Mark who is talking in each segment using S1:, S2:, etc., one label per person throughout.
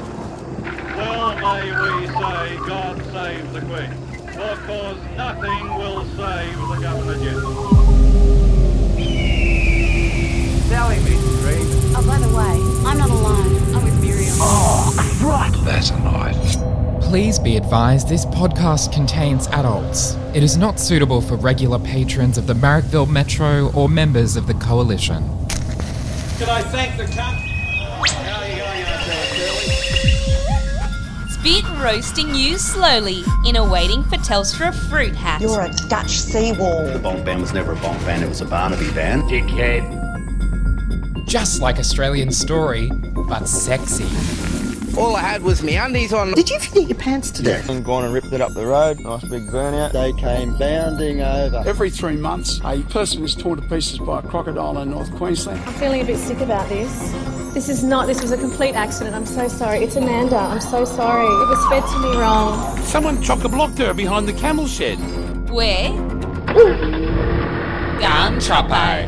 S1: Well may we say, God save the Queen, because nothing will save the Governor General.
S2: Sally Midstream.
S3: Oh, by the way, I'm not alone. I'm with Miriam.
S4: Please be advised this podcast contains adults. It is not suitable for regular patrons of the Marrickville Metro or members of the Coalition.
S1: Can I thank the cunt? How you going out there, Shirley?
S5: Spit roasting you slowly in a waiting for Telstra fruit hat.
S6: You're a Dutch seawall.
S2: The Bonk Band was never a Bonk Band, it was a Barnaby Band. Dickhead.
S4: Just like Australian Story, but sexy.
S2: All I had was me undies on.
S6: Did you forget your pants today?
S2: And gone and ripped it up the road. Nice big burnout. They came bounding over.
S7: Every three months, a person is torn to pieces by a crocodile in North Queensland.
S3: I'm feeling a bit sick about this. This is not, this was a complete accident. I'm so sorry. It's Amanda. I'm so sorry. It was fed to me wrong.
S7: Someone chock a blocked her behind the camel shed.
S5: Where? Gun Chopper.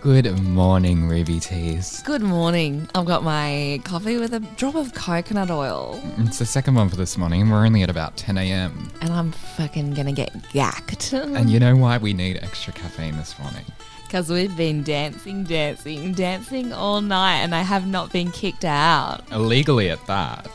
S4: Good morning, Ruby Teas.
S8: Good morning. I've got my coffee with a drop of coconut oil,
S4: It's the second one for this morning, and we're only at about 10 a.m.
S8: and I'm fucking gonna get gacked
S4: And you know why we need extra caffeine this morning?
S8: because we've been dancing, dancing, dancing all night, and I have not been kicked out
S4: Illegally at that.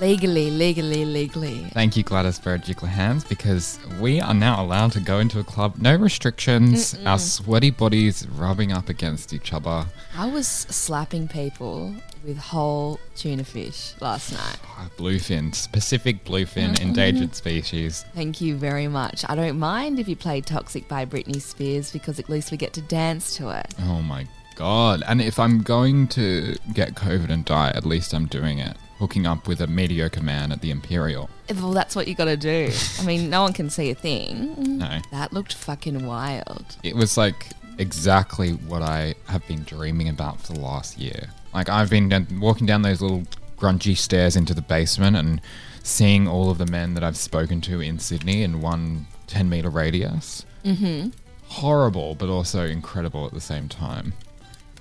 S8: legally, legally, legally.
S4: Thank you, Gladys Berejiklian, because we are now allowed to go into a club, no restrictions, our sweaty bodies rubbing up against each other.
S8: I was slapping people with whole tuna fish last night.
S4: Ah, Bluefin, specific bluefin, endangered species.
S8: Thank you very much. I don't mind if you play "Toxic" by Britney Spears because at least we get to dance to it.
S4: Oh my god. And if I'm going to get COVID and die, at least I'm doing it. Hooking up with a mediocre man at the Imperial.
S8: Well, that's what you got to do. I mean, no one can see a thing.
S4: No.
S8: That looked fucking wild.
S4: It was like exactly what I have been dreaming about for the last year. Like I've been down- walking down those little grungy stairs into the basement and seeing all of the men that I've spoken to in Sydney in one 10 meter radius. Mm-hmm. Horrible, but also incredible at the same time.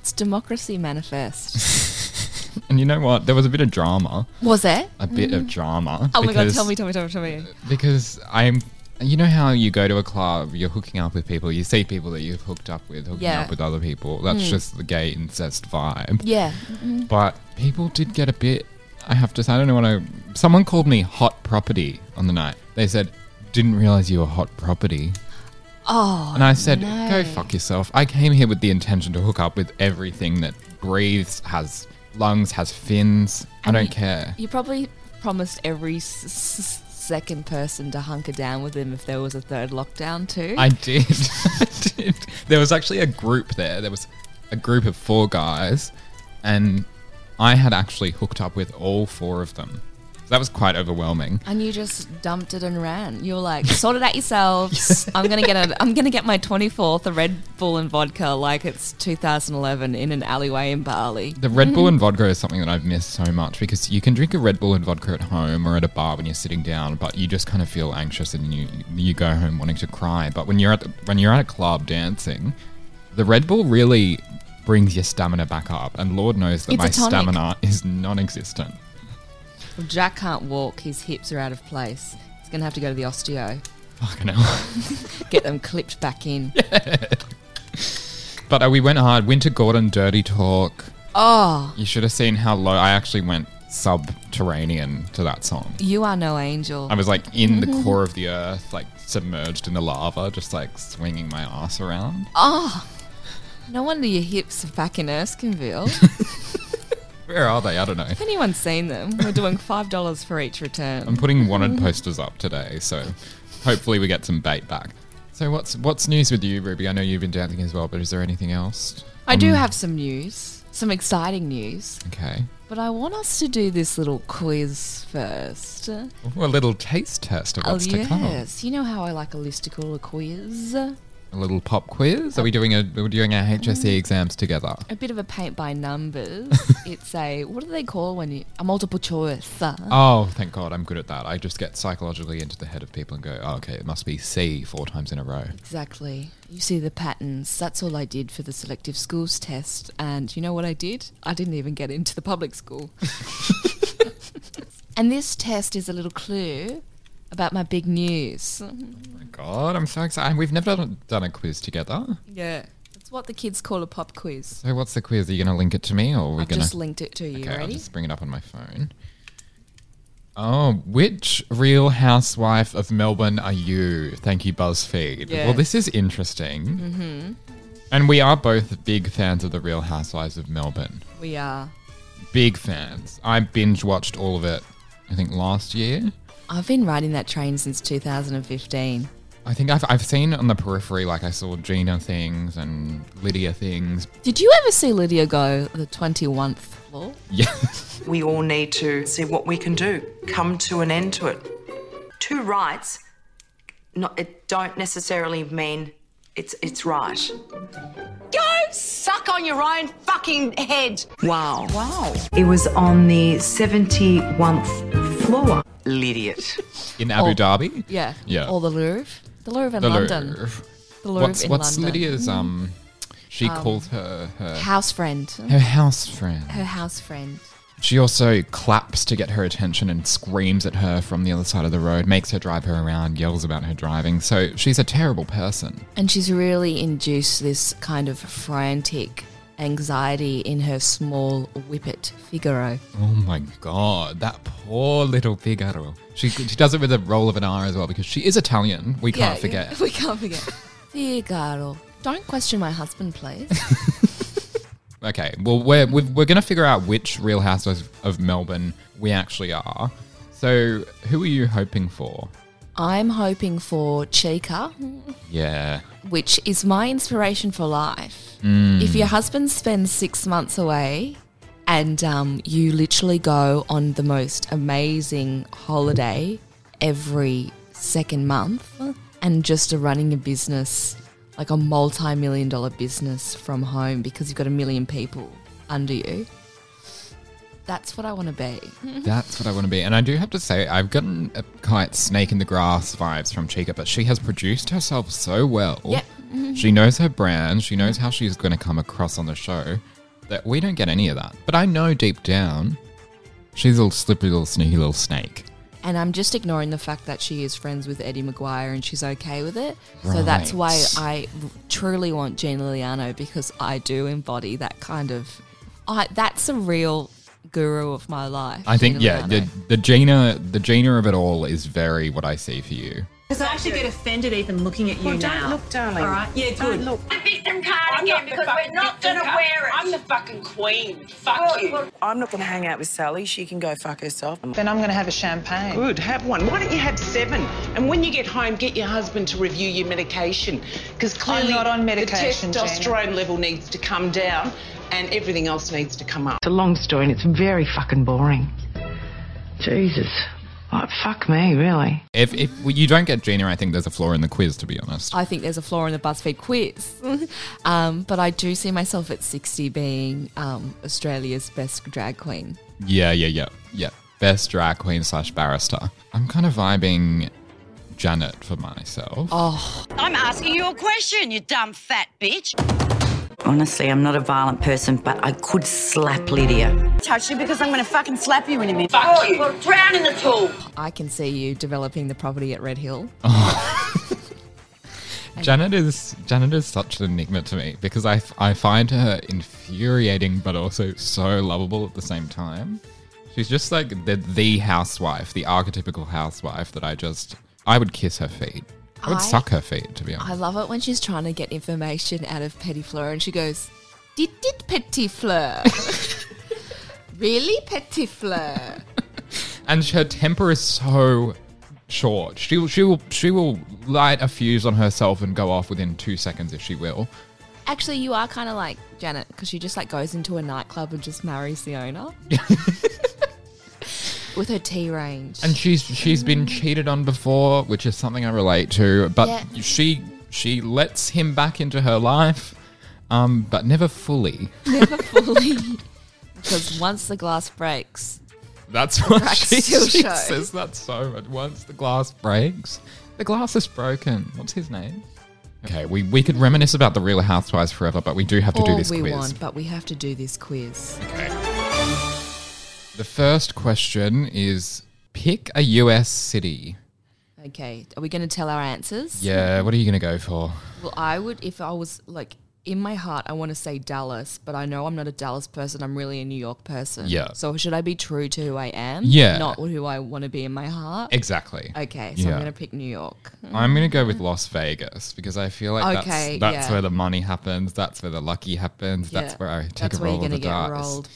S8: It's democracy manifest.
S4: And you know what? There was a bit of drama.
S8: Was it?
S4: A bit of drama.
S8: Oh my god!
S4: because-
S8: Tell me, tell me, tell me, tell me.
S4: Because I'm. You know how you go to a club, you're hooking up with people, you see people that you've hooked up with, hooking
S8: Yeah. Hmm.
S4: up with other people. That's just the gay incest vibe.
S8: Yeah.
S4: But people did get a bit. I have to say, I don't know what I. Someone called me hot property on the night. They said, didn't realize you were hot property.
S8: Oh.
S4: And I said, go fuck yourself. I came here with the intention to hook up with everything that breathes, has lungs, has fins. I don't care.
S8: You probably promised every s- s- second person to hunker down with him if there was a third lockdown too.
S4: I did. I did. There was actually a group there. There was a group of four guys, and I had actually hooked up with all four of them. that was quite overwhelming.
S8: And you just dumped it and ran. You were like, sort it out yourselves. I'm gonna get a, I'm gonna get my 24th a Red Bull and vodka like it's 2011 in an alleyway in Bali. Mm-hmm.
S4: The Red Bull and vodka is something that I've missed so much because you can drink a Red Bull and vodka at home or at a bar when you're sitting down, but you just kind of feel anxious and you you go home wanting to cry. But when you're at the, when you're at a club dancing, the Red Bull really brings your stamina back up, and Lord knows that
S8: It's a
S4: my
S8: tonic.
S4: stamina is non-existent.
S8: Well, Jack can't walk. His hips are out of place. He's gonna have to go to the osteo.
S4: Fucking hell.
S8: get them clipped back in.
S4: But uh, we went hard. Winter Gordon, Dirty Talk.
S8: Oh,
S4: You should have seen how low I actually went subterranean to that song.
S8: you are no angel.
S4: I was like in
S8: Mm-hmm.
S4: the core of the earth, like submerged in the lava, just like swinging my ass around.
S8: Oh, no wonder your hips are back in Erskineville.
S4: Where are they? I don't know.
S8: if anyone's seen them, we're doing five dollars for each return.
S4: I'm putting wanted
S8: Mm-hmm.
S4: posters up today, so hopefully we get some bait back. So what's what's news with you, Ruby? I know you've been dancing as well, but is there anything else?
S8: I do
S4: Um,
S8: have some news, some exciting news,
S4: Okay.
S8: but I want us to do this little quiz first.
S4: Ooh, a little taste test of
S8: Oh
S4: what's to come.
S8: yes, you know how I like a listicle, a quiz,
S4: A little pop quiz. Are we doing a we're doing our HSE exams together?
S8: a bit of a paint by numbers. it's a what do they call when you a multiple choice? uh,
S4: Oh, thank God, I'm good at that. I just get psychologically into the head of people and go, oh, okay, it must be C four times in a row.
S8: Exactly. You see the patterns. That's all I did for the selective schools test. And you know what I did? I didn't even get into the public school. and this test is a little clue about my big news.
S4: God, I'm so excited. We've never done, done a quiz together.
S8: Yeah. It's what the kids call a pop quiz.
S4: So what's the quiz? Are you going to link it to me, or are we
S8: I've
S4: going
S8: just
S4: to?
S8: linked it to you.
S4: Okay, I'll
S8: Ready?
S4: just bring it up on my phone. Oh, which Real Housewife of Melbourne are you? Thank you, BuzzFeed. Well,
S8: Yes.
S4: this is interesting,
S8: Mm-hmm.
S4: and we are both big fans of the Real Housewives of Melbourne.
S8: We are.
S4: Big fans. I binge watched all of it. I think last year.
S8: I've been riding that train since 2015.
S4: I think I've, I've seen on the periphery, like I saw Gina things and Lydia things.
S8: Did you ever see Lydia go the 21st floor?
S4: Yes.
S1: We all need to see what we can do, come to an end to it. Two rights, not, it don't necessarily mean it's, it's right. Go suck on your own fucking head. Wow. Wow. It was on the 71th floor. Lydia.
S4: In Abu
S8: Or-
S4: Dhabi?
S8: Yeah.
S4: Yeah.
S8: Or the Louvre. The Louvre in
S4: The
S8: London.
S4: Louvre.
S8: The Louvre
S4: what's
S8: in
S4: what's
S8: London.
S4: Lydia's, um, she
S8: Um,
S4: called her, her
S8: House friend.
S4: Her house friend.
S8: Her house friend.
S4: She also claps to get her attention and screams at her from the other side of the road, makes her drive her around, yells about her driving. So she's a terrible person.
S8: And she's really induced this kind of frantic anxiety in her small whippet Figaro.
S4: Oh my god, that poor little Figaro. She, she does it with a roll of an R as well because she is Italian. We can't forget.
S8: we can't forget. Figaro. Don't question my husband, please.
S4: Okay, well, we're we've, we're going to figure out which Real Housewives of Melbourne we actually are. So, who are you hoping for?
S8: I'm hoping for Chica,
S4: Yeah,
S8: which is my inspiration for life.
S4: Hmm,
S8: If your husband spends six months away and um, you literally go on the most amazing holiday every second month and just are running a business, like a multi million dollar business from home because you've got a million people under you, that's what I want to be.
S4: that's what I want to be. And I do have to say, I've gotten a quite snake in the grass vibes from Chica, but she has produced herself so well.
S8: Yep.
S4: She knows her brand. She knows how she's going to come across on the show. That we don't get any of that. But I know deep down, she's a little slippery, little sneaky little snake.
S8: And I'm just ignoring the fact that she is friends with Eddie Maguire and she's okay with it. So that's why I truly want Gina Liano because I do embody that kind of. I that's a real guru of my life.
S4: I think,
S8: Gina
S4: yeah,
S8: Liano.
S4: the, the Gina, the Gina of it all is very what I see for you.
S9: Because I actually get offended even looking at you
S10: Well, don't
S9: now.
S10: look, darling.
S9: All right? Yeah,
S10: Don't
S9: good.
S10: look.
S9: The victim
S10: card again because we're not gonna wear it. I'm the fucking queen. Fuck you.
S1: I'm not going to hang out with Sally. She can go fuck herself.
S10: Then I'm going to have a champagne. Good, have one. Why don't you have seven? And when you get home, get your husband to review your medication because clearly
S11: not on medication,
S10: the
S11: Gina.
S10: testosterone level needs to come down and everything else needs to come up.
S9: It's a long story and it's very fucking boring.
S1: Jesus. Like, fuck me, really.
S4: If, if you don't get Gina, I think there's a flaw in the quiz, to be honest.
S8: I think there's a flaw in the BuzzFeed quiz. um, but I do see myself at 60 being um, Australia's best drag queen.
S4: Yeah, yeah, yeah, yeah. Best drag queen slash barrister. I'm kind of vibing Janet for myself.
S8: Oh.
S11: I'm asking you a question, you dumb fat bitch.
S12: Honestly, I'm not a violent person, but I could slap Lydia.
S11: Touch you because I'm gonna fucking slap you in a minute.
S8: Fuck
S11: oh,
S8: you.
S11: Well, drown in the pool.
S8: I can see you developing the property at Red Hill.
S4: Janet is Janet is such an enigma to me because I, I find her infuriating but also so lovable at the same time. She's just like the the housewife, the archetypical housewife that I just I would kiss her feet. I would
S8: I-
S4: suck her feet to be honest.
S8: I love it when she's trying to get information out of Petty Fleur and she goes, Did did Petty Fleur? really, Petty Fleur?
S4: and her temper is so short. She will she will she will light a fuse on herself and go off within two seconds if she will.
S8: Actually, you are kind of like Janet because she just like goes into a nightclub and just marries the owner with her tea range.
S4: And she's she's
S8: Mm.
S4: been cheated on before, which is something I relate to. But
S8: Yeah.
S4: she she lets him back into her life, um, but never fully.
S8: Never fully. because once the glass breaks,
S4: That's what
S8: Cracks
S4: she,
S8: still
S4: she
S8: show.
S4: says. That's so much. Once the glass breaks, the glass is broken. What's his name? Okay, we, we could reminisce about the Real Housewives forever, but we do have to
S8: all
S4: do this
S8: we
S4: quiz.
S8: want, but we have to do this quiz.
S4: The first question is pick a US city.
S8: Okay, are we going to tell our answers?
S4: Yeah, what are you going to go for?
S8: Well, I would if I was like in my heart, I want to say Dallas, but I know I'm not a Dallas person. I'm really a New York person.
S4: Yeah.
S8: So should I be true to who I am?
S4: Yeah.
S8: Not who I want to be in my heart.
S4: Exactly.
S8: Uh, Okay, so
S4: Yeah.
S8: I'm gonna pick New York.
S4: I'm going to go with Las Vegas because I feel like
S8: Okay,
S4: that's, that's
S8: yeah.
S4: where the money happens, that's where the lucky happens, that's
S8: Yeah,
S4: where I take
S8: that's
S4: a
S8: where
S4: roll
S8: you're
S4: of the
S8: gonna
S4: dice.
S8: get rolled.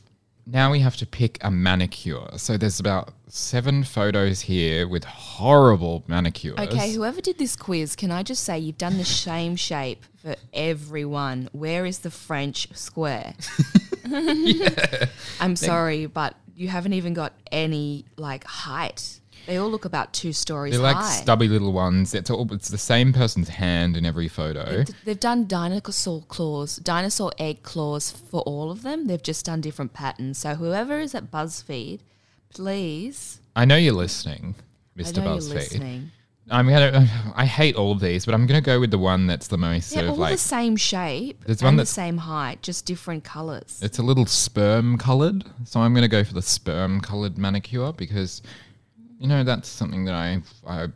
S4: Now we have to pick a manicure. So there's about seven photos here with horrible manicures.
S8: Okay, whoever did this quiz, can I just say you've done the same shape for everyone? Where is the French square? I'm sorry, but you haven't even got any like height. They all look about two stories
S4: They're like
S8: high.
S4: stubby little ones. It's all it's the same person's hand in every photo.
S8: They've done dinosaur claws, dinosaur egg claws for all of them. They've just done different patterns. So whoever is at BuzzFeed, please.
S4: I know you're listening,
S8: I
S4: Mr.
S8: know you're
S4: BuzzFeed.
S8: listening.
S4: I'm gonna. I hate all of these, but I'm gonna go with the one that's the most
S8: They're
S4: sort
S8: all
S4: of like.
S8: the same shape
S4: There's
S8: and
S4: one
S8: the
S4: that's-
S8: same height, just different colours.
S4: It's a little sperm coloured, so I'm gonna go for the sperm coloured manicure because, you know, that's something that I I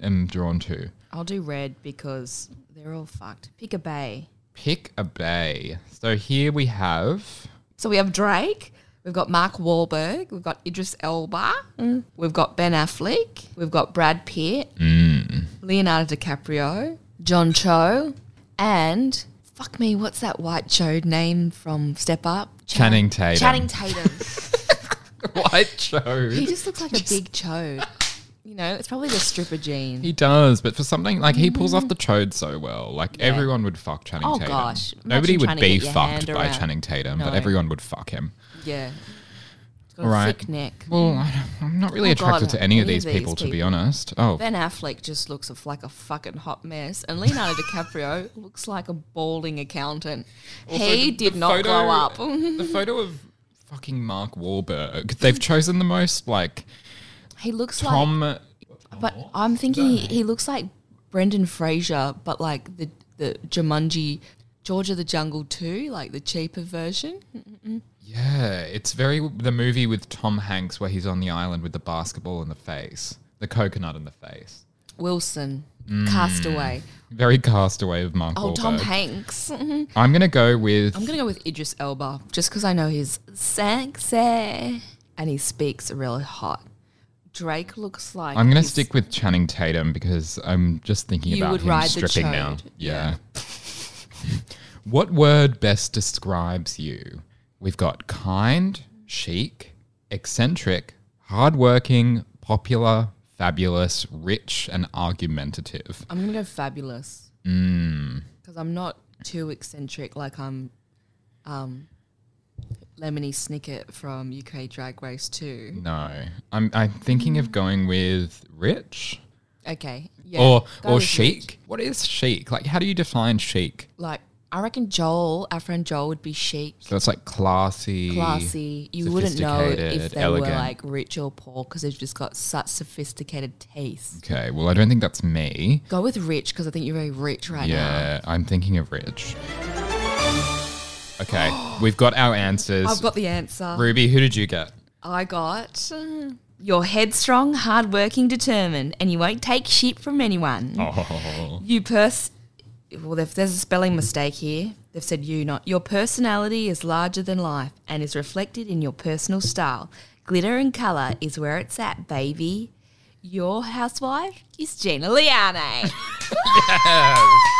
S4: am drawn to.
S8: I'll do red because they're all fucked. Pick a bay.
S4: Pick a bay. So here we have.
S8: So we have Drake. We've got Mark Wahlberg. We've got Idris Elba. We've got Ben Affleck. We've got Brad Pitt.
S4: Mm.
S8: Leonardo DiCaprio. John Cho. And fuck me, what's that white Cho name from Step Up?
S4: Channing Tatum.
S8: Channing Tatum.
S4: White Joe.
S8: he just looks like a big Cho. You know, it's probably the stripper gene.
S4: He does, but for something like he pulls off the chode so well. Like
S8: Mm-hmm. Yeah.
S4: everyone would fuck Channing
S8: Oh,
S4: Tatum.
S8: gosh. Imagine
S4: Nobody would
S8: trying to
S4: be
S8: get your
S4: fucked
S8: hand
S4: by
S8: around.
S4: Channing Tatum, but
S8: No.
S4: everyone would fuck him.
S8: yeah. He's got
S4: All
S8: a
S4: right.
S8: thick neck.
S4: Well, I don't- I'm not really
S8: Oh,
S4: attracted
S8: God,
S4: to any, of these, people, to be honest. Oh,
S8: Ben Affleck just looks of- like a fucking hot mess, and Leonardo DiCaprio looks like a balding accountant.
S4: Also, the-
S8: he did
S4: the
S8: not
S4: photo-
S8: grow up.
S4: the photo of fucking Mark Wahlberg. They've chosen the most like
S8: he looks
S4: Tom.
S8: like, but I'm thinking he, he looks like Brendan Fraser, but like the the Jumanji, George of the Jungle 2, like the cheaper version.
S4: yeah, it's very the movie with Tom Hanks where he's on the island with the basketball in the face, the coconut in the face.
S8: Wilson,
S4: Mm.
S8: Castaway.
S4: Very castaway of Mark
S8: Oh,
S4: Wahlberg.
S8: Tom Hanks. I'm
S4: I'm gonna go with
S8: gonna go with Idris Elba just because I know he's sexy and he speaks really hot. Drake looks like
S4: I'm going to
S8: he's-
S4: stick with Channing Tatum because I'm just thinking
S8: You
S4: about
S8: would
S4: him
S8: ride the
S4: stripping
S8: chode,
S4: now. Yeah. what word best describes you? We've got kind, chic, eccentric, hardworking, popular, fabulous, rich, and argumentative.
S8: I'm gonna go fabulous
S4: Mm.
S8: because I'm not too eccentric. Like I'm, um, Lemony Snicket from UK Drag Race 2.
S4: No, I'm I'm thinking of going with rich.
S8: Okay. Mm. Yeah.
S4: or
S8: go
S4: or
S8: with
S4: chic.
S8: Rich.
S4: What is chic? Like, how do you define chic?
S8: Like, I reckon Joel, our friend Joel, would be chic,
S4: So that's like classy,
S8: classy. You wouldn't know if
S4: sophisticated,
S8: they
S4: elegant.
S8: were like rich or poor because they've just got such sophisticated taste.
S4: Okay, well, I don't think that's me.
S8: Go with rich because I think you're very rich right now.
S4: yeah, I'm thinking of rich. Okay, we've got our answers.
S8: I've got the answer.
S4: Ruby, who did you get?
S8: I got uh, you're headstrong, hardworking, determined, and you won't take shit from anyone.
S4: Oh.
S8: You pers. Well, if there's a spelling mistake here, they've said you not. Your personality is larger than life and is reflected in your personal style. Glitter and colour is where it's at, baby. Your housewife is Gina Liane.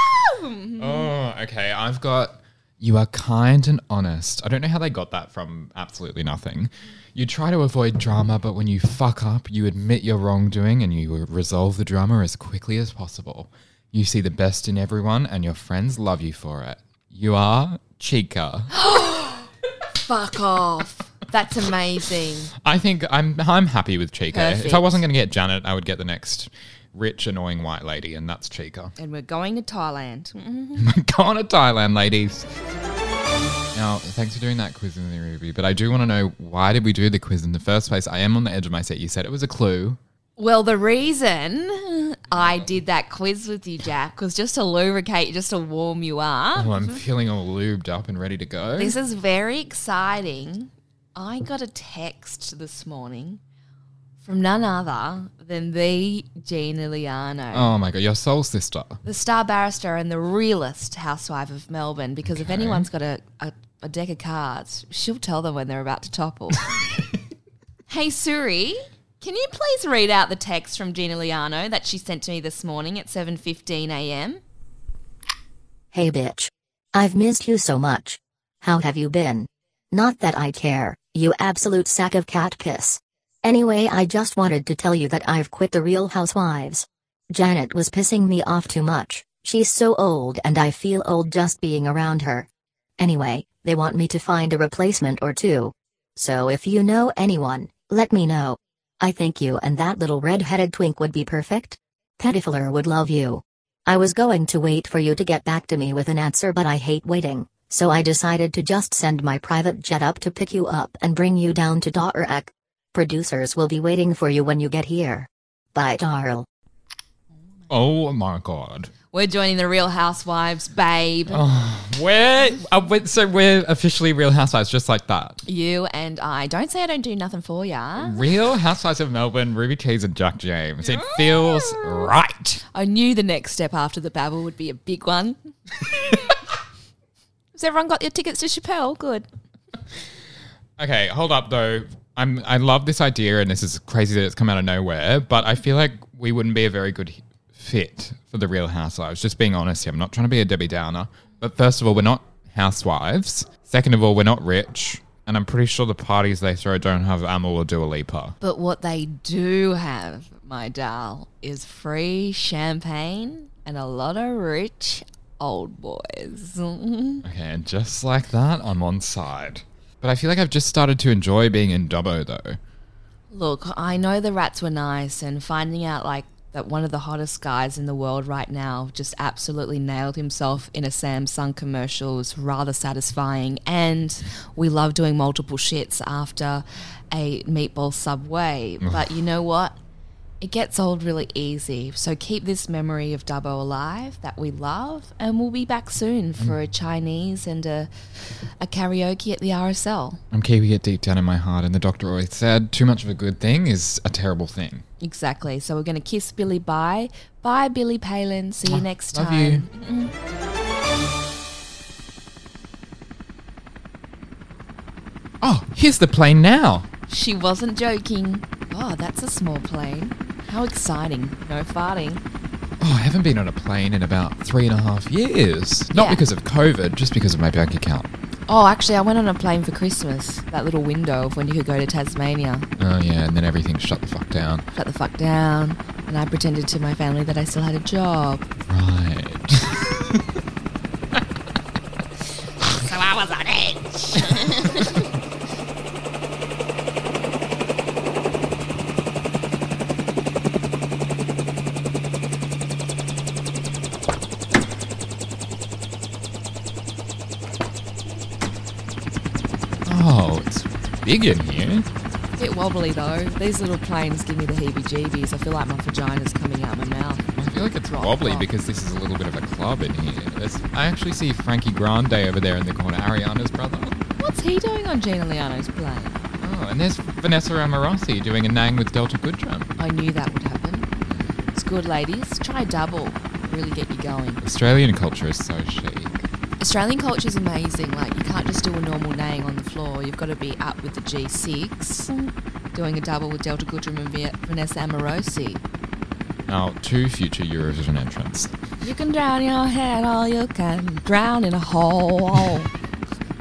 S4: Oh, okay. I've got you are kind and honest. I don't know how they got that from absolutely nothing. You try to avoid drama, but when you fuck up, you admit your wrongdoing and you resolve the drama as quickly as possible. You see the best in everyone and your friends love you for it. You are Chica.
S8: Fuck off. That's amazing.
S4: I think I'm I'm happy with Chica. If
S8: Perfect.
S4: I wasn't going to get Janet, I would get the next rich annoying white lady and that's Chica.
S8: And we're going to Thailand.
S4: Go on to Thailand, ladies. Now, thanks for doing that quiz in the Ruby, but I do want to know why did we do the quiz in the first place? I am on the edge of my seat. You said it was a clue.
S8: Well, the reason I did that quiz with you, Jack, was just to lubricate, just to warm you up.
S4: Oh, I'm feeling all lubed up and ready to go.
S8: Ah, This is very exciting. I got a text this morning from none other than the Gina Liano,
S4: Oh my god, your soul sister.
S8: the star barrister and the realest housewife of Melbourne. Because if anyone's got a, a, a deck of cards, she'll tell them when they're about to topple. hey, Suri. Can you please read out the text from Gina Liano that she sent to me this morning at 7:15 a.m.?
S13: Hey bitch. I've missed you so much. How have you been? Not that I care, you absolute sack of cat piss. Anyway, I just wanted to tell you that I've quit the real housewives. Janet was pissing me off too much. She's so old and I feel old just being around her. Anyway, they want me to find a replacement or two. So if you know anyone, let me know. I think you and that little red-headed twink would be perfect. Pettifler would love you. I was going to wait for you to get back to me with an answer, but I hate waiting, so I decided to just send my private jet up to pick you up and bring you down to Darak. Producers will be waiting for you when you get here. Bye, Darl.
S4: Oh my god.
S8: We're joining the Real Housewives, babe.
S4: Oh, we're, uh, we so we're officially Real Housewives, just like that.
S8: You and I. Don't say I don't do nothing for ya.
S4: Real Housewives of Melbourne, Ruby Cheese and Jack James. It feels
S8: Ah.
S4: right.
S8: I knew the next step after the babble would be a big one. Has everyone got your tickets to Chappelle? Good.
S4: Okay, hold up though. I'm I love this idea, and this is crazy that it's come out of nowhere. But I feel like we wouldn't be a very good h- fit for the Real Housewives. Just being honest here, I'm not trying to be a Debbie Downer. But first of all, we're not housewives. Second of all, we're not rich, and I'm pretty sure the parties they throw don't have Amal or Dua Lipa.
S8: But what they do have, my doll, is free champagne and a lot of rich old boys.
S4: Okay, and just like that, I'm on side. But I feel like I've just started to enjoy being in Dobbo though.
S8: Look, I know the rats were nice, and finding out like that one of the hottest guys in the world right now just absolutely nailed himself in a Samsung commercial was rather satisfying. And we love doing multiple shits after a meatball subway, but you know what? It gets old really easy. So keep this memory of Dubbo alive that we love, and we'll be back soon for a Chinese and a, a karaoke at the RSL.
S4: I'm keeping it deep down in my heart, and the doctor always said, "Too much of a good thing is a terrible thing."
S8: Exactly. So we're going to kiss Billy bye. Bye, Billy Palin. See you next
S4: love
S8: time. Mm.
S4: Oh, here's the plane now.
S8: She wasn't joking. Oh, that's a small plane. How exciting. No farting.
S4: Oh, I haven't been on a plane in about three and a half years. Not
S8: Yeah.
S4: because of COVID, just because of my bank account.
S8: Oh, actually, I went on a plane for Christmas. That little window of when you could go to Tasmania.
S4: Oh, yeah, and then everything shut the fuck down.
S8: Shut the fuck down. And I pretended to my family that I still had a job.
S4: Right.
S8: So I was on edge.
S4: Oh, big in here.
S8: bit wobbly though. These little planes give me the heebie-jeebies. I feel like my vagina's coming out my mouth.
S4: I feel like it's wobbly because this is a little bit of a club in here. That's, I actually see Frankie Grande over there in the corner, Ariana's brother.
S8: What's he doing on Gina Liano's plane?
S4: Oh, and there's Vanessa Amorosi doing a nang with Delta Goodrum.
S8: I knew that would happen. It's good, ladies. Try double. Really get you going.
S4: Australian culture is so chic.
S8: Australian culture is amazing. Like you can't just do a normal nang on the floor. You've got to be up with the G6, doing a double with Delta Goodrum and Vi- Vanessa Amorosi.
S4: Now, two future Eurovision entrants.
S8: You can drown your head all you can. Drown in a hole.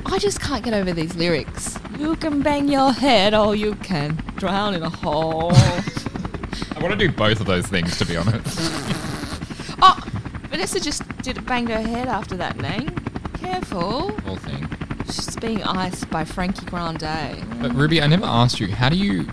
S8: I just can't get over these lyrics. You can bang your head all you can. Drown in a hole.
S4: I want to do both of those things, to be honest.
S8: oh, Vanessa just did banged her head after that nang. Careful.
S4: Whole thing.
S8: She's being iced by Frankie Grande.
S4: But Ruby, I never asked you. How do you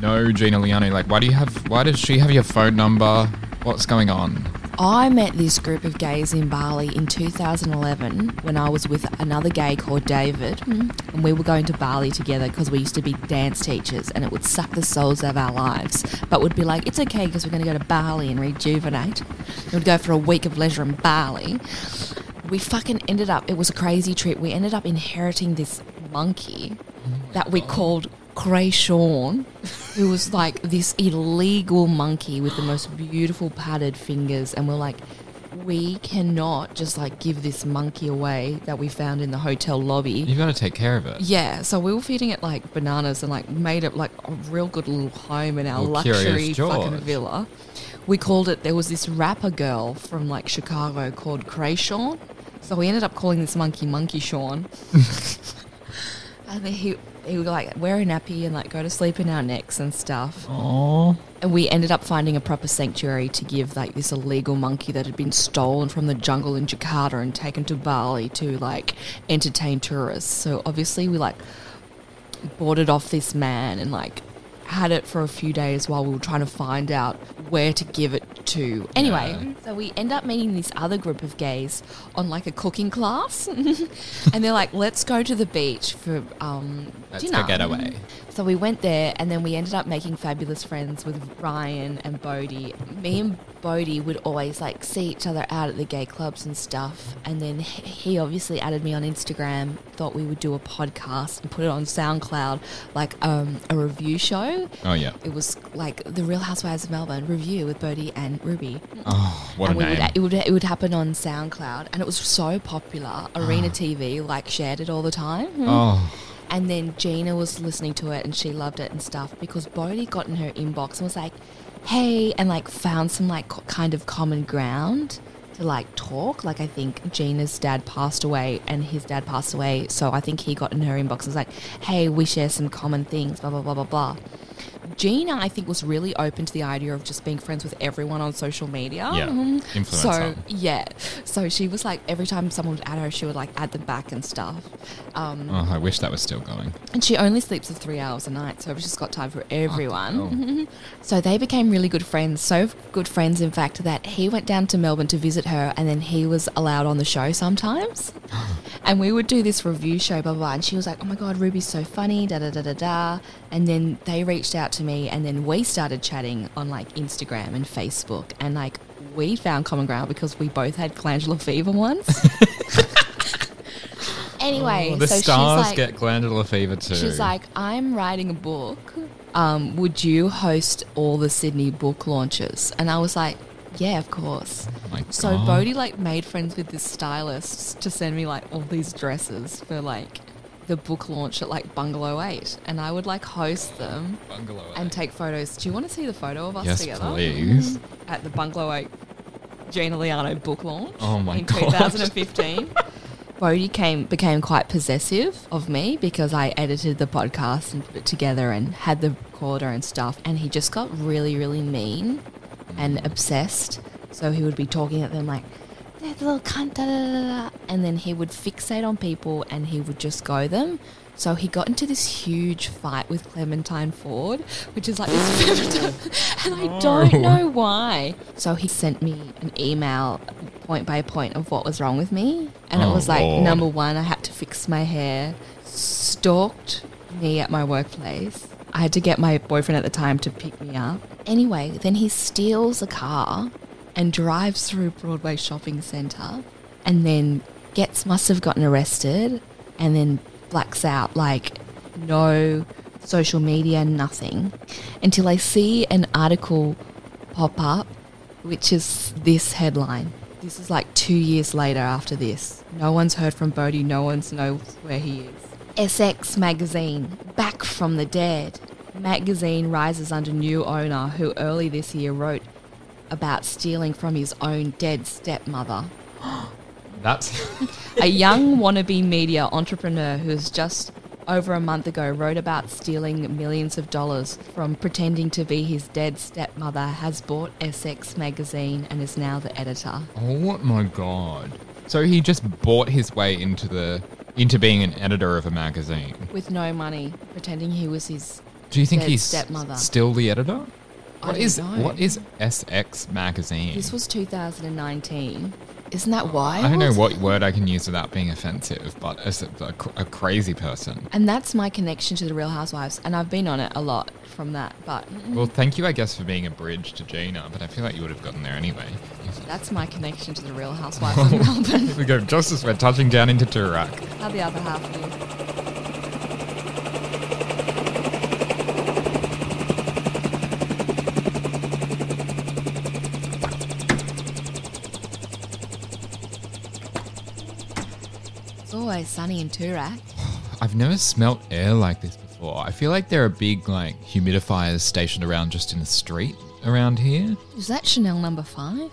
S4: know Gina Liano? Like, why do you have? Why does she have your phone number? What's going on?
S8: I met this group of gays in Bali in 2011 when I was with another gay called David, and we were going to Bali together because we used to be dance teachers, and it would suck the souls out of our lives. But we'd be like, it's okay because we're going to go to Bali and rejuvenate. We'd go for a week of leisure in Bali. We fucking ended up. It was a crazy trip. We ended up inheriting this monkey that we called Grey Sean, who was like this illegal monkey with the most beautiful padded fingers. And we're like, we cannot just like give this monkey away that we found in the hotel lobby.
S4: You've got to take care of it.
S8: Yeah, so we were feeding it like bananas and like made it like a real good little home in our
S4: Little Curious
S8: luxury fucking
S4: George.
S8: villa. We called it. There was this rapper girl from like Chicago called Krayshawn, so we ended up calling this monkey Monkey Sean. and then he he would like wear a nappy and like go to sleep in our necks and stuff.
S4: Aww.
S8: And we ended up finding a proper sanctuary to give like this illegal monkey that had been stolen from the jungle in Jakarta and taken to Bali to like entertain tourists. So obviously we like boarded off this man and like had it for a few days while we were trying to find out where to give it to. Anyway, so we end up meeting this other group of gays on like a cooking class, and they're like, "Let's go to the beach for um,
S4: Let's
S8: dinner."
S4: go get away.
S8: So we went there, and then we ended up making fabulous friends with Ryan and Bodie. Me and Bodie would always like see each other out at the gay clubs and stuff, and then he he obviously added me on Instagram. Thought we would do a podcast and put it on SoundCloud, like um, a review show.
S4: Oh, yeah.
S8: It was like the Real Housewives of Melbourne review with Bodie and Ruby.
S4: Oh, what a
S8: and we
S4: name.
S8: Would, it would it would happen on SoundCloud, and it was so popular. Arena TV like shared it all the time.
S4: Ah. Oh.
S8: And then Gina was listening to it, and she loved it and stuff because Bodhi got in her inbox and was like, "Hey," and like found some like co- kind of common ground to like talk. Like I think Gina's dad passed away, and his dad passed away, so I think he got in her inbox and was like, "Hey, we share some common things." Blah blah blah blah blah. Gina, I think, was really open to the idea of just being friends with everyone on social media.
S4: Yeah,
S8: Mhm.
S4: influencer.
S8: So yeah, so she was like, every time someone would add her, she would like add them back and stuff. Um,
S4: Oh, I wish that was still going.
S8: And she only sleeps for three hours a night, so she's got time for everyone.
S4: hell.
S8: so they became really good friends, so good friends, in fact, that he went down to Melbourne to visit her, and then he was allowed on the show sometimes. and we would do this review show, blah, blah, blah. And she was like, oh my God, Ruby's so funny, da, da, da, da, da. And then they reached out to me, and then we started chatting on like Instagram and Facebook, and like we found common ground because we both had glandular fever once. anyway,
S4: Oh, the
S8: so
S4: stars
S8: she's like,
S4: get glandular fever too.
S8: She's like, I'm writing a book. Um, would you host all the Sydney book launches? And I was like, yeah, of course.
S4: Oh my
S8: so
S4: God.
S8: Bodhi like made friends with this stylist to send me like all these dresses for like the book launch at like Bungalow 8 and I would like host them
S4: Bungalow
S8: and take photos. Do you want to see the photo of us
S4: Yes,
S8: together?
S4: please.
S8: At the Bungalow 8 Gina Liano book launch
S4: Oh my
S8: in
S4: God.
S8: 2015. Bodhi came became quite possessive of me because I edited the podcast and put it together and had the recorder and stuff, and he just got really, really mean and obsessed. So he would be talking at them like, "That little cunt," da, da, da, da," and then he would fixate on people and he would just go them. So he got into this huge fight with Clementine Ford, which is like this feminist, and I don't know why. So he sent me an email, point by point, of what was wrong with me, and
S4: Oh,
S8: it was like
S4: Lord.
S8: number one, I had to fix my hair, stalked me at my workplace. I had to get my boyfriend at the time to pick me up. Anyway, then he steals a car and drives through Broadway Shopping Centre and then gets must have gotten arrested and then blacks out like no social media, nothing until I see an article pop up which is this headline. This is like two years later after this. No one's heard from Bodhi, no one's knows where he is. SX Magazine, back from the dead. Magazine rises under new owner who early this year wrote about stealing from his own dead stepmother.
S4: That's
S8: a young wannabe media entrepreneur who's just over a month ago wrote about stealing millions of dollars from pretending to be his dead stepmother has bought SX magazine and is now the editor.
S4: oh my god. So he just bought his way into the into being an editor of a magazine.
S8: With no money, pretending he was his
S4: Do you think
S8: dead
S4: he's
S8: stepmother.
S4: still the editor?
S8: I
S4: What
S8: don't
S4: is
S8: know.
S4: what is SX magazine?
S8: This was 2019. Isn't that wild?
S4: I don't know what word I can use without being offensive, but as a, a, cr- a crazy person.
S8: And that's my connection to the Real Housewives, and I've been on it a lot from that. But
S4: Well, thank you, I guess, for being a bridge to Gina, but I feel like you would have gotten there anyway.
S8: that's my connection to the Real Housewives of Melbourne.
S4: we go just as we're touching down into Turak.
S8: How the other half is. It's always sunny in Turak.
S4: I've never smelt air like this before. I feel like there are big like humidifiers stationed around just in the street around here.
S8: Is that Chanel number five?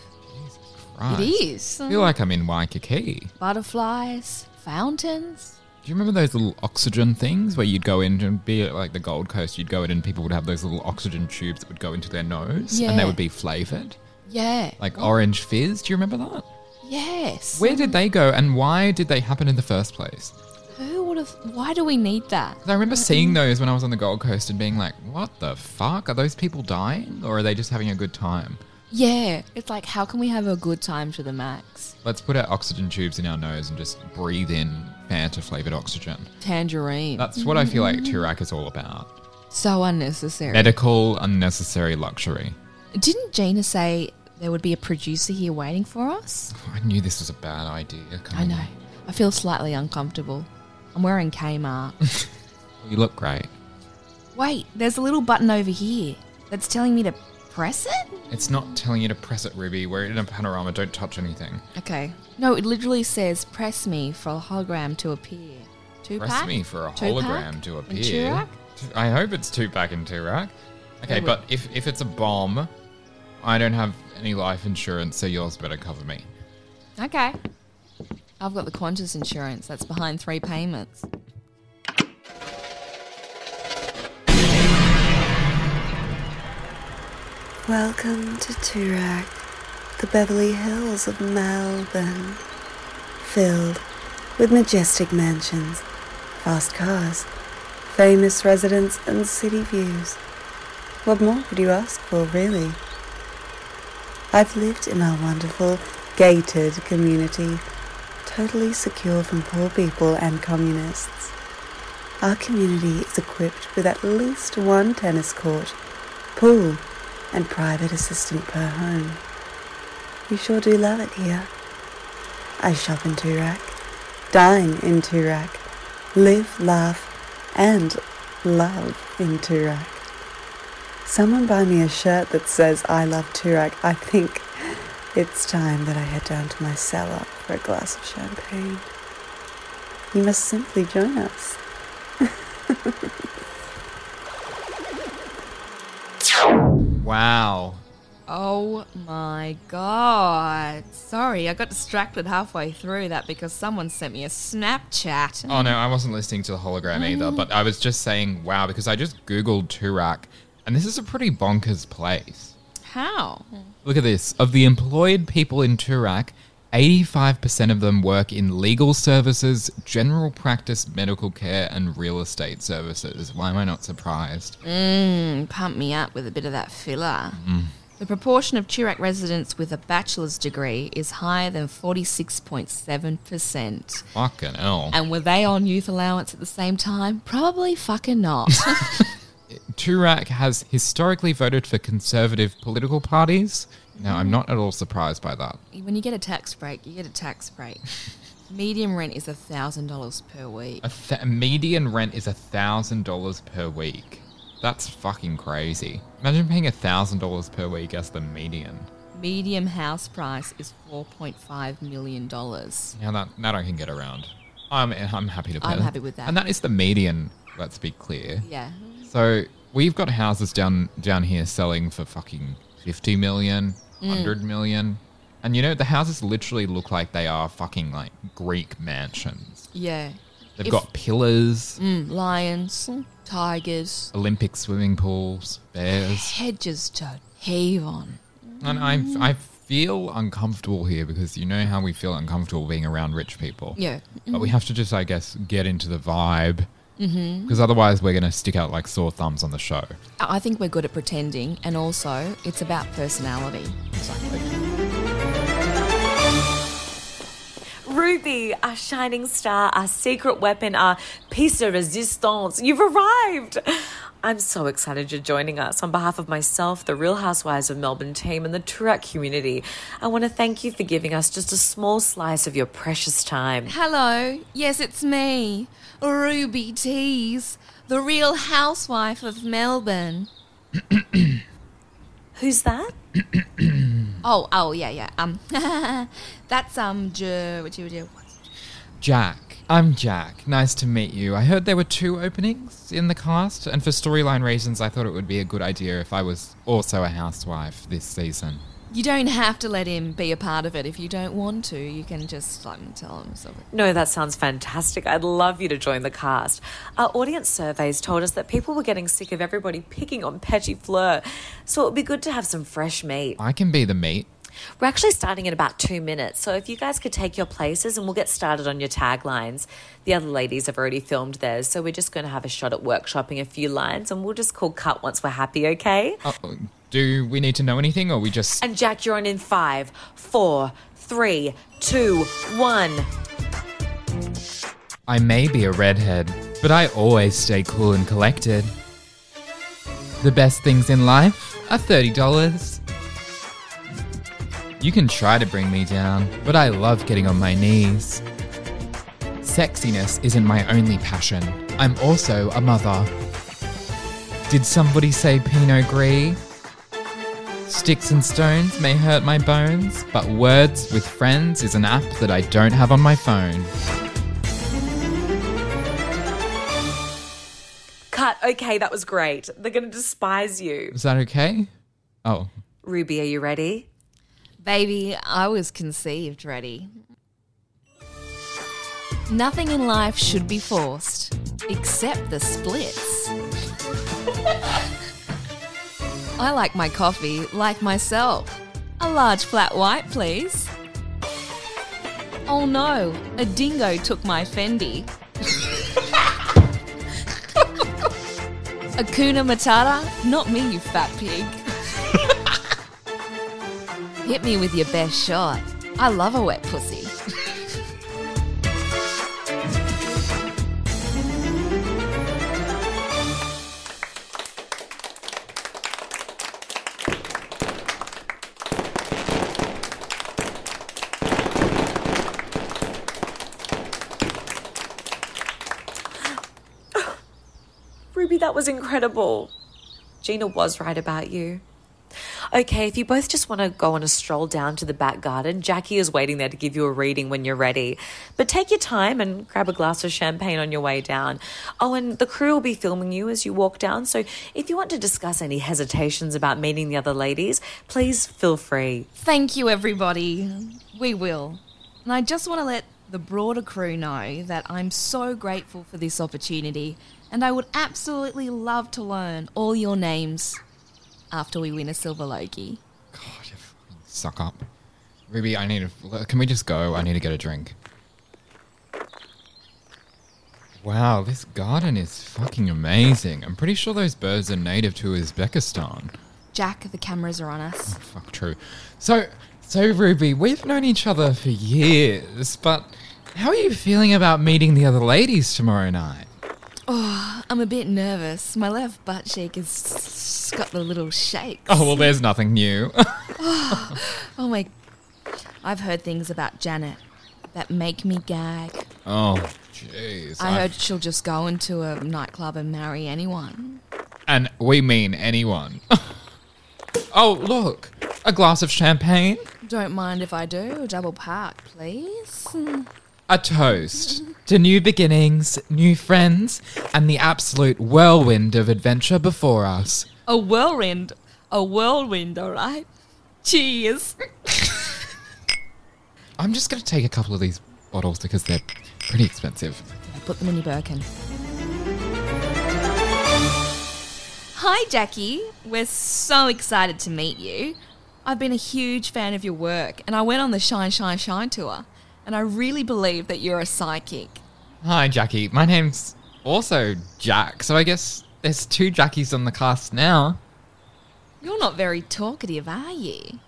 S4: Christ.
S8: It is.
S4: I feel like I'm in Waikiki.
S8: Butterflies, fountains.
S4: Do you remember those little oxygen things where you'd go in and be at like the Gold Coast, you'd go in and people would have those little oxygen tubes that would go into their nose and
S8: Yeah.
S4: they would be flavored?
S8: Yeah. Oh.
S4: Like orange fizz. Do you remember that?
S8: Yes.
S4: Where did they go and why did they happen in the first place?
S8: Who would have? Why do we need that?
S4: 'Cause I remember
S8: Mm.
S4: seeing those when I was on the Gold Coast and being like, what the fuck? Are those people dying or are they just having a good time?
S8: Yeah, it's like how can we have a good time to the max?
S4: Let's put our oxygen tubes in our nose and just breathe in Fanta flavored oxygen.
S8: Tangerine.
S4: That's what I feel like
S8: Mm-hmm.
S4: Turak is all about.
S8: So unnecessary.
S4: Medical, unnecessary luxury.
S8: Didn't Gina say there would be a producer here waiting for us?
S4: I knew this was a bad idea.
S8: I know. I feel slightly uncomfortable. I'm wearing Kmart.
S4: You look great.
S8: Wait, there's a little button over here that's telling me to press it?
S4: It's not telling you to press it, Ruby. We're in a panorama. Don't touch anything.
S8: Okay. No, it literally says press me for a hologram to appear. Two
S4: press
S8: pack?
S4: me for a
S8: Two pack?
S4: hologram to
S8: And
S4: appear.
S8: Turak?
S4: I hope it's two pack and Turak. Okay,
S8: It would-
S4: but if, if it's a bomb, I don't have any life insurance, so yours better cover me.
S8: Okay. I've got the Qantas insurance that's behind three payments.
S14: Welcome to Turak, the Beverly Hills of Melbourne, filled with majestic mansions, fast cars, famous residents, and city views. What more could you ask for, really? I've lived in our wonderful gated community, totally secure from poor people and communists. Our community is equipped with at least one tennis court, pool, and private assistant per home. We sure do love it here. I shop in Turak, dine in Turak, live, laugh, and love in Turak. Someone buy me a shirt that says I love Turak. I think it's time that I head down to my cellar for a glass of champagne. You must simply join us.
S4: Wow.
S8: Oh my god. Sorry, I got distracted halfway through that because someone sent me a Snapchat.
S4: Oh no, I wasn't listening to the hologram
S8: Oh.
S4: either, but I was just saying wow because I just googled Turak and this is a pretty bonkers place.
S8: How?
S4: Look at this. Of the employed people in Turak, 85% of them work in legal services, general practice, medical care, and real estate services. Why am I not surprised?
S8: Mm, Mmm, pump me up with a bit of that filler.
S4: Mm.
S8: The proportion of Turak residents with a bachelor's degree is higher than 46.7%.
S4: Fucking hell.
S8: And were they on youth allowance at the same time? Probably fucking not.
S4: Turak has historically voted for conservative political parties. Now, I'm not at all surprised by that.
S8: when you get a tax break, you get a tax break. Medium rent is $1,000 per week.
S4: A th- median rent is $1,000 per week. That's fucking crazy. Imagine paying $1,000 per week as the median.
S8: Medium house price is $4.5 million.
S4: Now that, that I can get around. I'm, I'm happy to pay
S8: I'm
S4: that.
S8: happy with that.
S4: And that is the median, let's be clear.
S8: Yeah.
S4: So we've got houses down down here selling for fucking 50 million,
S8: Mm.
S4: 100 million. And you know, the houses literally look like they are fucking like Greek mansions.
S8: Yeah.
S4: They've
S8: If-
S4: got pillars,
S8: Mm, lions, tigers,
S4: Olympic swimming pools, bears.
S8: hedges to heave on.
S4: And
S8: Mm.
S4: I, I feel uncomfortable here because you know how we feel uncomfortable being around rich people.
S8: Yeah.
S4: But we
S8: Mhm.
S4: have to just, I guess, get into the vibe
S8: Mhm.
S4: because otherwise we're going to stick out like sore thumbs on the show.
S8: I I think we're good at pretending, and also it's about personality. Exactly.
S3: Ruby, our shining star, our secret weapon, our piece de resistance, you've arrived! I'm so excited you're joining us. On behalf of myself, the Real Housewives of Melbourne team, and the Turek community, I want to thank you for giving us just a small slice of your precious time.
S8: Hello, yes, it's me, Ruby Tees, the real housewife of Melbourne.
S3: Who's that?
S8: Oh, oh, yeah, yeah. Um, that's um, J- what do you do?
S4: Jack. I'm Jack. Nice to meet you. I heard there were two openings in the cast, and for storyline reasons, I thought it would be a good idea if I was also a housewife this season.
S8: You don't have to let him be a part of it if you don't want to. You can just like tell him something.
S3: No, that sounds fantastic. I'd love you to join the cast. Our audience surveys told us that people were getting sick of everybody picking on Petty Fleur, so it would be good to have some fresh meat.
S4: I can be the meat.
S3: We're actually starting in about two minutes, so if you guys could take your places and we'll get started on your taglines. The other ladies have already filmed theirs, so we're just going to have a shot at workshopping a few lines and we'll just call cut once we're happy, okay?
S4: Oh, do we need to know anything, or we just.
S3: And Jack, you're on in five, four, three, two, one.
S4: I may be a redhead, but I always stay cool and collected. The best things in life are $30. You can try to bring me down, but I love getting on my knees. Sexiness isn't my only passion, I'm also a mother. Did somebody say Pinot Gris? Sticks and stones may hurt my bones, but Words with Friends is an app that I don't have on my phone.
S3: Cut. Okay, that was great. They're going to despise you.
S4: Is that okay? Oh,
S3: Ruby, are you ready?
S8: Baby, I was conceived ready. Nothing in life should be forced, except the splits. I like my coffee like myself. A large flat white, please. Oh no, a dingo took my Fendi. Akuna Matata, not me, you fat pig. Hit me with your best shot. I love a wet pussy.
S3: Ruby, that was incredible. Gina was right about you. Okay, if you both just want to go on a stroll down to the back garden, Jackie is waiting there to give you a reading when you're ready. But take your time and grab a glass of champagne on your way down. Oh, and the crew will be filming you as you walk down, so if you want to discuss any hesitations about meeting the other ladies, please feel free.
S8: Thank you, everybody. We will. And I just want to let the broader crew know that I'm so grateful for this opportunity, and I would absolutely love to learn all your names after we win a silver Logie.
S4: suck up. Ruby, I need a. Can we just go? I need to get a drink. Wow, this garden is fucking amazing. I'm pretty sure those birds are native to Uzbekistan.
S8: Jack, the cameras are on us.
S4: Fuck, true. So, so Ruby, we've known each other for years, but how are you feeling about meeting the other ladies tomorrow night?
S8: Oh, I'm a bit nervous. My left butt shake has s- got the little shakes.
S4: Oh well, there's nothing new.
S8: oh, oh my. I've heard things about Janet that make me gag.
S4: oh, jeez.
S8: I heard
S4: I've-
S8: she'll just go into a nightclub and marry anyone.
S4: and we mean anyone. oh, look, a glass of champagne,
S8: Don't mind if I do. Double park, please.
S4: a toast to new beginnings, new friends, and the absolute whirlwind of adventure before us.
S8: A whirlwind. A whirlwind, all right? Cheers.
S4: I'm just going to take a couple of these bottles because they're pretty expensive.
S8: Put them in your Birkin. Hi, Jackie. We're so excited to meet you. I've been a huge fan of your work, and I went on the Shine, Shine, Shine tour, and I really believe that you're a psychic.
S4: Hi, Jackie. My name's also Jack, so I guess there's two Jackies on the cast now.
S8: You're not very talkative, are you?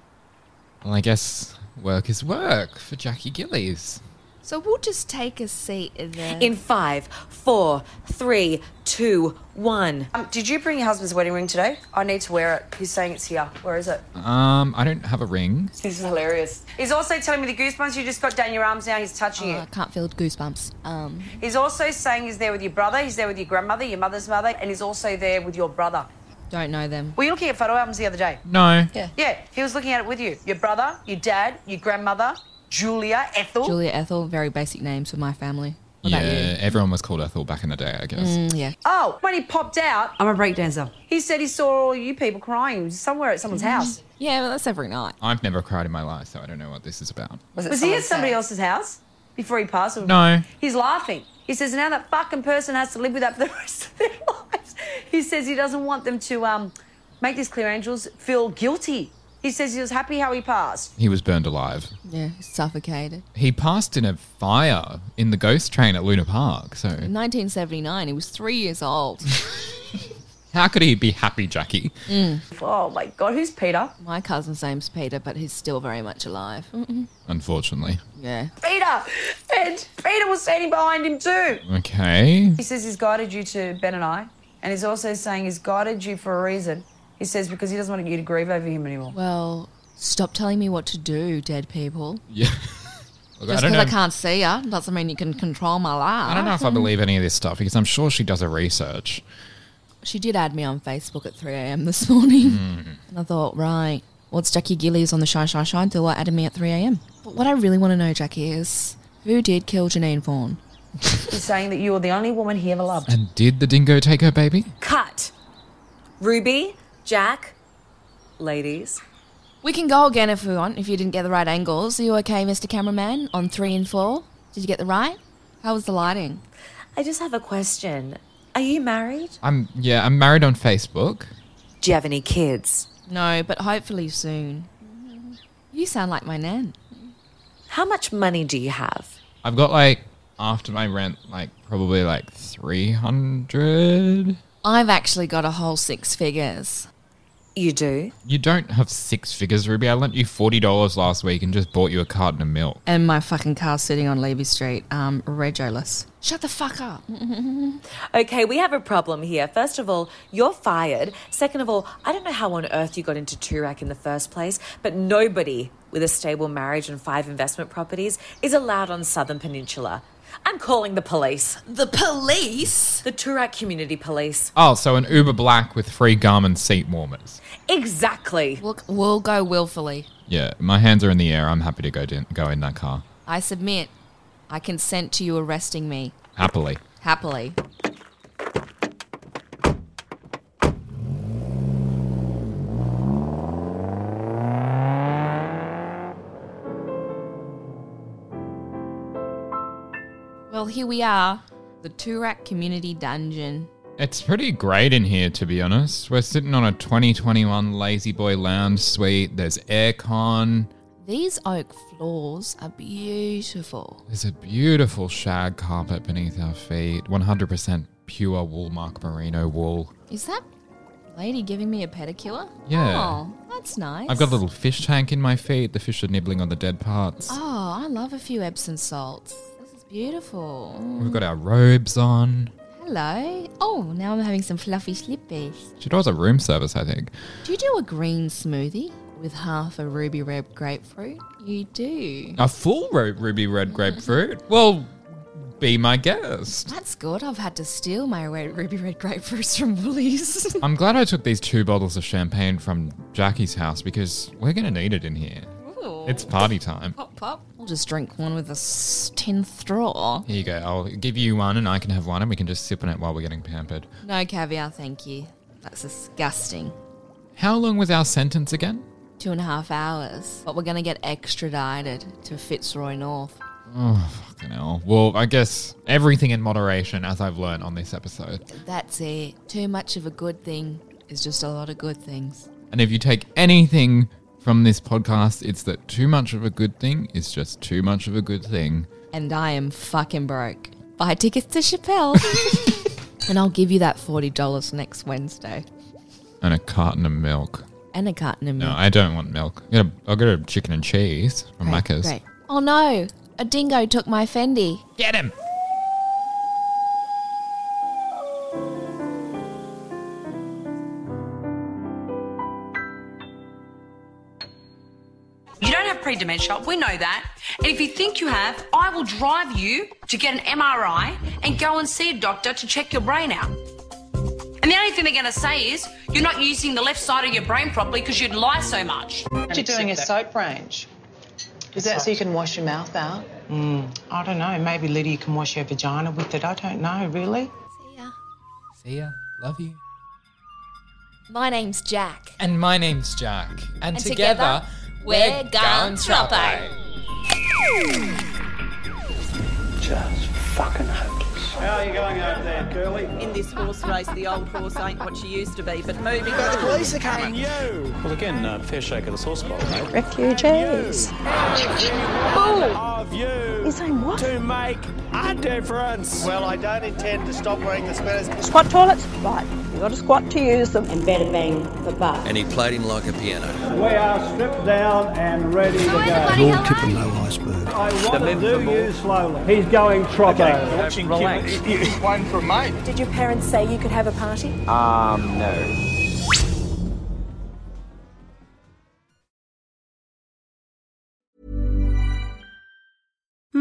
S4: Well, I guess work is work for Jackie Gillies.
S8: So we'll just take a seat at the.
S3: In five, four, three, two, one.
S1: Um, did you bring your husband's wedding ring today? I need to wear it. He's saying it's here. Where is it?
S4: Um, I don't have a ring.
S1: This is hilarious. He's also telling me the goosebumps you just got down your arms now. He's touching
S8: Oh, I can't feel goosebumps. Um,
S1: it. He's also saying he's there with your brother. He's there with your grandmother, your mother's mother, and he's also there with your brother.
S8: don't know them.
S1: Were you looking at photo albums the other day?
S4: No.
S8: Yeah.
S1: Yeah, he was looking at it with you. Your brother, your dad, your grandmother, Julia, Ethel.
S8: Julia Ethel, very basic names for my family. What about you?
S4: Yeah, everyone was called Ethel back in the day, I guess.
S8: Mm, yeah.
S1: Oh, when he popped out,
S4: I'm a breakdancer.
S1: he said he saw all you people crying somewhere at someone's house.
S8: Mm. Yeah, well, that's every night.
S4: I've never cried in my life, so I don't know what this is about.
S1: Was, he at somebody else's house before he passed? Or-
S4: No.
S1: He's laughing. He says now that fucking person has to live with that for the rest of their lives. He says he doesn't want them to um, make these clear angels feel guilty. He says he was happy how he passed.
S4: He was burned alive.
S8: Yeah, suffocated.
S4: He passed in a fire in the ghost train at Luna Park, so
S8: In 1979, he was three years old.
S4: how could he be happy, Jackie?
S1: Oh my God, who's Peter?
S8: Mm. My cousin's name's Peter, but he's still very much alive.
S4: Unfortunately.
S8: Yeah.
S1: Peter! And Peter was standing behind him too.
S4: Okay.
S1: He says he's guided you to Ben and I, and he's also saying he's guided you for a reason. He says because he doesn't want you to grieve over him anymore.
S8: Well, stop telling me what to do, dead people.
S4: Yeah. Look,
S8: Just
S4: I don't
S8: because
S4: know.
S8: I can't see ya doesn't mean you can control my life.
S4: I don't know if I believe any of this stuff because I'm sure she does her research.
S8: She did add me on Facebook at 3 a.m. this morning. And I thought, right, what's Jackie Gillies on the Shine Shine Shine tour added me at 3 a.m.? But what I really want to know, Jackie, is who did kill Janine Vaughan?
S1: He's saying that you are the only woman he ever loved.
S4: And did the dingo take her baby?
S3: Cut. Ruby, Jack, ladies.
S8: We can go again if we want, if you didn't get the right angles. Are you okay, Mr. Cameraman, on three and four? Did you get the right? How was the lighting?
S3: I just have a question. Are you married?
S4: I'm yeah, I'm married on Facebook.
S3: Do you have any kids?
S8: No, but hopefully soon. You sound like my nan.
S3: How much money do you have?
S4: I've got like after my rent like probably like 300.
S8: I've actually got a whole six figures.
S3: You do?
S4: You don't have six figures, Ruby. I lent you $40 last week and just bought you a carton of milk.
S8: And my fucking car's sitting on Levy Street, um, regioless. Shut the fuck up.
S3: Okay, we have a problem here. First of all, you're fired. Second of all, I don't know how on earth you got into Turak in the first place, but nobody with a stable marriage and five investment properties is allowed on Southern Peninsula. I'm calling the police.
S8: The police?
S3: The Turak Community Police.
S4: Oh, so an Uber Black with free Garmin seat warmers.
S3: Exactly.
S8: Look, we'll go willfully.
S4: Yeah, my hands are in the air. I'm happy to go din- go in that car
S8: I submit. I consent to you arresting me.
S4: happily.
S8: Happily. Well, here we are, the Turak Community Dungeon.
S4: It's pretty great in here, to be honest. We're sitting on a 2021 Lazy Boy Lounge suite. There's aircon.
S8: These oak floors are beautiful.
S4: There's a beautiful shag carpet beneath our feet. 100% pure Woolmark merino wool.
S8: Is that Lady giving me a pedicure?
S4: Yeah.
S8: Oh, that's nice.
S4: I've got a little fish tank in my feet. The fish are nibbling on the dead parts.
S8: Oh, I love a few Epsom salts. This is beautiful.
S4: We've got our robes on.
S8: Hello. Oh, now I'm having some fluffy slippers.
S4: She does a room service, I think.
S8: Do you do a green smoothie with half a ruby red grapefruit? You do.
S4: A full ro- ruby red grapefruit? Well, be my guest.
S8: That's good. I've had to steal my red, ruby red grapefruits from Woolies.
S4: I'm glad I took these two bottles of champagne from Jackie's house because we're going to need it in here.
S8: Ooh.
S4: It's party time.
S8: pop, pop. I'll just drink one with a s- tin straw.
S4: Here you go. I'll give you one and I can have one and we can just sip on it while we're getting pampered.
S8: No caviar, thank you. That's disgusting.
S4: How long was our sentence again?
S8: Two and a half hours. But we're going to get extradited to Fitzroy North.
S4: Oh, fucking hell. Well, I guess everything in moderation, as I've learned on this episode.
S8: That's it. Too much of a good thing is just a lot of good things.
S4: And if you take anything from this podcast, it's that too much of a good thing is just too much of a good thing.
S8: And I am fucking broke. Buy tickets to Chappelle. and I'll give you that $40 next Wednesday.
S4: And a carton of milk.
S8: And a carton of
S4: No,
S8: milk.
S4: I don't want milk. I'll get a- I'll get a chicken and cheese from Macca's.
S8: Great. Oh no, a dingo took my Fendi.
S4: Get him!
S1: You don't have pre-dementia. We know that. And if you think you have, I will drive you to get an MRI and go and see a doctor to check your brain out. And the only thing they're going to say is you're not using the left side of your brain properly because you'd lie so much.
S10: You're doing a soap range. Is that so you can wash your mouth out? Mm, I don't know. Maybe Lydia can wash her vagina with it. I don't know, really.
S4: See ya. Love you.
S8: My name's Jack.
S4: And my name's Jack. And,
S8: And together, we're Gun
S15: Just fucking
S9: How are you going over there, Curly?
S16: In this horse race, the old horse ain't what she used to be, but moving on.
S7: you! Well, again, uh, fair shake of the sauce bowl, mate.
S16: Refugees.
S7: Of you! He's saying what? To make a difference! Well, I don't intend to stop wearing the sweaters.
S16: Squat toilets? Right. you got to squat to use them. And better bang the buck.
S17: And he played him like a piano.
S9: We are stripped down and ready to go.
S17: Lord Kippenlow Iceberg.
S9: I want to do you slowly. He's going tropo.
S16: One from mine. Did your parents say you could have a party?
S7: Um, no.